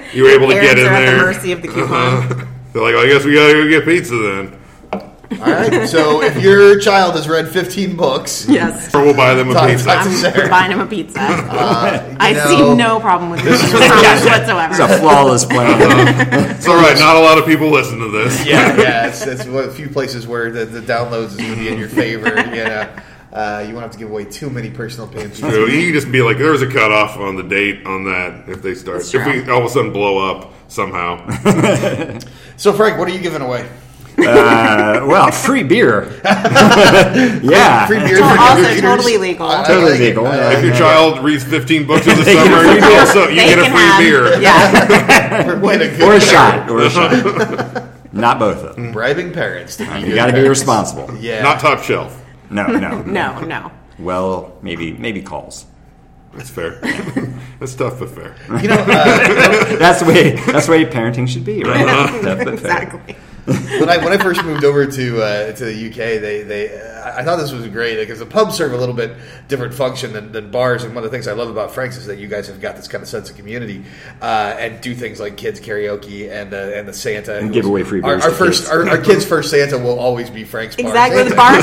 [SPEAKER 2] like you were able to get in
[SPEAKER 3] Parents are at
[SPEAKER 2] there. Uh-huh.
[SPEAKER 3] the
[SPEAKER 2] (laughs)
[SPEAKER 3] mercy of the coupon.
[SPEAKER 2] They're like, well, I guess we got to go get pizza then,
[SPEAKER 1] All right. So if your child has read 15 books,
[SPEAKER 3] (laughs) Yes.
[SPEAKER 2] or we'll buy them a
[SPEAKER 1] Sorry,
[SPEAKER 2] pizza.
[SPEAKER 1] sorry.
[SPEAKER 3] I'm buying him a pizza.
[SPEAKER 2] (laughs)
[SPEAKER 1] uh,
[SPEAKER 3] I
[SPEAKER 1] know-
[SPEAKER 3] see no problem with this whatsoever.
[SPEAKER 4] It's a
[SPEAKER 3] (laughs)
[SPEAKER 4] flawless plan.
[SPEAKER 2] It's all right. Not a lot of people listen to this.
[SPEAKER 4] (laughs)
[SPEAKER 1] yeah, yeah, it's, it's one of the few places where the, the downloads is going to be in your favor. You know, uh, you won't have to give away too many personal opinions.
[SPEAKER 2] So you can just be like, there's a cutoff on the date on that if they start. If we all of a sudden blow up
[SPEAKER 1] (laughs)
[SPEAKER 2] somehow,
[SPEAKER 1] So, Frank, what are you giving away?
[SPEAKER 4] uh, well, free
[SPEAKER 1] (laughs)
[SPEAKER 4] beer. yeah.
[SPEAKER 1] Free beer
[SPEAKER 3] So
[SPEAKER 1] for
[SPEAKER 3] also
[SPEAKER 1] computers?
[SPEAKER 3] totally legal.
[SPEAKER 1] I- I
[SPEAKER 4] Totally
[SPEAKER 1] like it. Uh,
[SPEAKER 4] legal,
[SPEAKER 1] I
[SPEAKER 4] yeah.
[SPEAKER 1] like
[SPEAKER 2] if your
[SPEAKER 1] it.
[SPEAKER 2] child reads 15 books
[SPEAKER 1] (laughs)
[SPEAKER 2] in the
[SPEAKER 4] They get
[SPEAKER 2] summer,
[SPEAKER 4] a free
[SPEAKER 2] you
[SPEAKER 4] beer.
[SPEAKER 2] also you
[SPEAKER 3] They
[SPEAKER 2] get a
[SPEAKER 3] can
[SPEAKER 2] free
[SPEAKER 3] have-
[SPEAKER 2] beer.
[SPEAKER 3] Yeah.
[SPEAKER 1] What a good
[SPEAKER 4] Or a
[SPEAKER 1] parent.
[SPEAKER 4] shot. Or a shot.
[SPEAKER 1] (laughs)
[SPEAKER 4] Not both of them.
[SPEAKER 1] Bribing parents. to be
[SPEAKER 4] You
[SPEAKER 1] good
[SPEAKER 4] got to be
[SPEAKER 1] (laughs) parents.
[SPEAKER 4] responsible.
[SPEAKER 1] Yeah.
[SPEAKER 2] Not top shelf.
[SPEAKER 4] No, no,
[SPEAKER 3] no, no.
[SPEAKER 4] Well, maybe maybe calls.
[SPEAKER 2] That's fair. (laughs) That's tough but fair.
[SPEAKER 1] you know, uh,
[SPEAKER 4] That's the way. That's the way parenting should be, right?
[SPEAKER 1] Uh-huh.
[SPEAKER 4] Tough but fair.
[SPEAKER 3] Exactly.
[SPEAKER 1] (laughs) when I when I first moved over to uh, to the UK, they they uh, I thought this was great because the pubs serve a little bit different function than, than bars. And one of the things I love about Frank's is that you guys have got this kind of sense of community uh, and do things like kids karaoke and uh, and the Santa and
[SPEAKER 4] give away free
[SPEAKER 1] Our,
[SPEAKER 4] beers
[SPEAKER 1] our
[SPEAKER 4] to
[SPEAKER 1] first
[SPEAKER 4] kids.
[SPEAKER 1] our, our kids first Santa will always be Frank's. Bar
[SPEAKER 3] Exactly.
[SPEAKER 1] Santa.
[SPEAKER 3] The bar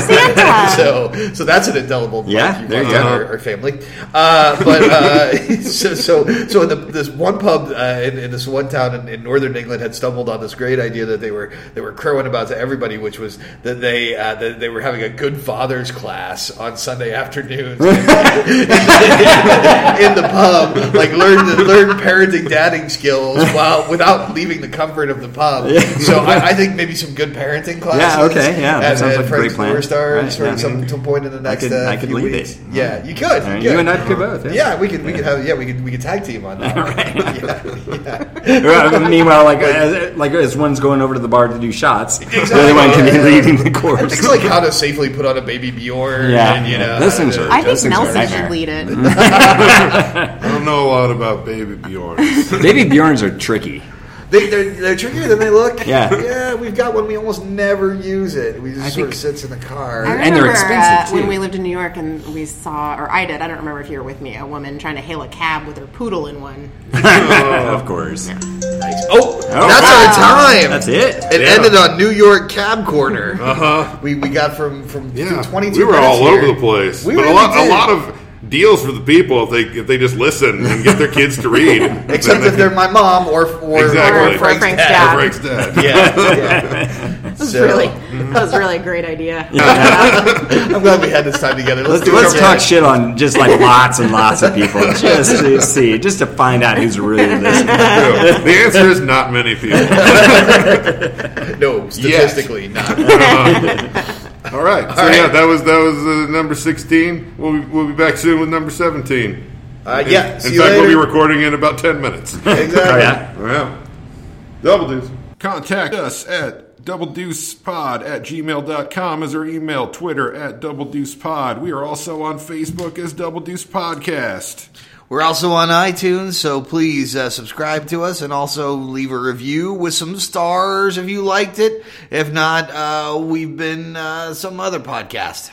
[SPEAKER 4] (laughs)
[SPEAKER 3] Santa.
[SPEAKER 1] so so that's an indelible mark
[SPEAKER 4] Yeah,
[SPEAKER 1] you
[SPEAKER 4] there
[SPEAKER 1] want
[SPEAKER 4] you
[SPEAKER 1] on
[SPEAKER 4] go.
[SPEAKER 1] Our, our family uh, but uh, (laughs) so so, so in the, this one pub uh, in, in this one town in, in northern England had stumbled on this great idea that they were they were crowing about to everybody which was that they uh, that they were having a good father's class on Sunday
[SPEAKER 4] (laughs)
[SPEAKER 1] afternoons in the pub, like learn to learn parenting, dadding skills while without leaving the comfort of the pub. So I, I think maybe some good parenting classes.
[SPEAKER 4] Yeah, okay, yeah, that
[SPEAKER 1] at-
[SPEAKER 4] sounds
[SPEAKER 1] at
[SPEAKER 4] like a great
[SPEAKER 1] Frank's
[SPEAKER 4] plan.
[SPEAKER 1] Door Stars
[SPEAKER 4] Right,
[SPEAKER 1] or
[SPEAKER 4] yeah.
[SPEAKER 1] some, some point in the next.
[SPEAKER 4] could-
[SPEAKER 1] uh,
[SPEAKER 4] I could
[SPEAKER 1] few
[SPEAKER 4] lead
[SPEAKER 1] weeks.
[SPEAKER 4] it.
[SPEAKER 1] Yeah, you could.
[SPEAKER 4] Uh,
[SPEAKER 1] you could.
[SPEAKER 4] You and I could both.
[SPEAKER 1] yeah, we could we could have yeah we could we could tag team on
[SPEAKER 4] (laughs)
[SPEAKER 1] that. (laughs) yeah, yeah.
[SPEAKER 4] Uh, Meanwhile, like as, like as one's going over to the bar to do shots, the
[SPEAKER 1] Exactly.
[SPEAKER 4] other one can be
[SPEAKER 1] Yeah.
[SPEAKER 4] leading the course.
[SPEAKER 1] It's like how to safely put on a baby Bjorn.
[SPEAKER 4] Yeah.
[SPEAKER 1] and, you know,
[SPEAKER 4] Those things are-
[SPEAKER 1] uh,
[SPEAKER 3] I think
[SPEAKER 4] Those things are a
[SPEAKER 3] Nelson
[SPEAKER 4] nightmare. Mm-hmm.
[SPEAKER 3] should lead it.
[SPEAKER 2] I don't know a lot about Baby (laughs) Bjorns.
[SPEAKER 4] Baby Bjorns are tricky.
[SPEAKER 1] they, they're, they're trickier than they look.
[SPEAKER 4] Yeah.
[SPEAKER 1] (laughs) yeah. We've got one. We almost never use it. We just
[SPEAKER 4] I
[SPEAKER 1] sort
[SPEAKER 4] think-
[SPEAKER 1] of sits in the car.
[SPEAKER 3] I remember
[SPEAKER 4] And they're
[SPEAKER 3] uh,
[SPEAKER 4] expensive, too.
[SPEAKER 3] when we lived in New York and we saw, or I did, I don't remember if you were with me, a woman trying to hail a cab with her poodle in one.
[SPEAKER 4] (laughs) of course.
[SPEAKER 1] Oh,
[SPEAKER 4] Oh,
[SPEAKER 1] that's
[SPEAKER 4] wow.
[SPEAKER 1] our time.
[SPEAKER 4] That's it.
[SPEAKER 1] It
[SPEAKER 2] Yeah.
[SPEAKER 1] ended on New York Cab Corner.
[SPEAKER 2] Uh-huh.
[SPEAKER 1] We, we got from from
[SPEAKER 2] Yeah,
[SPEAKER 1] 22.
[SPEAKER 2] we were
[SPEAKER 1] minutes
[SPEAKER 2] all
[SPEAKER 1] here.
[SPEAKER 2] over the place.
[SPEAKER 1] We
[SPEAKER 2] but
[SPEAKER 1] really
[SPEAKER 2] a lot,
[SPEAKER 1] did.
[SPEAKER 2] a lot of deals for the people if they if they just listen and get their kids to (laughs) read.
[SPEAKER 1] Except if they're my mom or
[SPEAKER 2] (laughs)
[SPEAKER 1] or,
[SPEAKER 2] Exactly.
[SPEAKER 1] or
[SPEAKER 2] Or
[SPEAKER 1] Frank's,
[SPEAKER 3] Frank's
[SPEAKER 1] dad.
[SPEAKER 3] dad.
[SPEAKER 2] Frank's (laughs) dad.
[SPEAKER 1] Yeah, (laughs) yeah.
[SPEAKER 3] This
[SPEAKER 1] So-
[SPEAKER 3] was really,
[SPEAKER 4] mm-hmm.
[SPEAKER 3] that was really a great idea.
[SPEAKER 1] I'm glad we had this time together. Let's,
[SPEAKER 4] Let's,
[SPEAKER 1] do it
[SPEAKER 4] let's
[SPEAKER 1] again.
[SPEAKER 4] talk shit on just like lots and lots
[SPEAKER 1] (laughs)
[SPEAKER 4] of people, just to see, just to find out who's really listening.
[SPEAKER 2] Yeah. the answer is not many people.
[SPEAKER 1] No, statistically not.
[SPEAKER 2] All right. So
[SPEAKER 1] All right.
[SPEAKER 2] yeah, that was that was uh, number sixteen. We'll be, we'll be back soon with number seventeen.
[SPEAKER 1] Uh,
[SPEAKER 2] In-
[SPEAKER 1] yeah.
[SPEAKER 2] In fact,
[SPEAKER 1] see you
[SPEAKER 2] we'll be
[SPEAKER 1] later.
[SPEAKER 2] recording in about ten minutes. (laughs)
[SPEAKER 1] exactly.
[SPEAKER 4] Oh yeah.
[SPEAKER 2] Well, Double Deuce. Contact us at doubledeucepod at gmail.com is our email. Twitter at Double Deuce Pod. We are also on Facebook as Double Deuce Podcast.
[SPEAKER 1] We're also on iTunes, so please uh, subscribe to us and also leave a review with some stars if you liked it. If not, uh, we've been uh, some other podcast.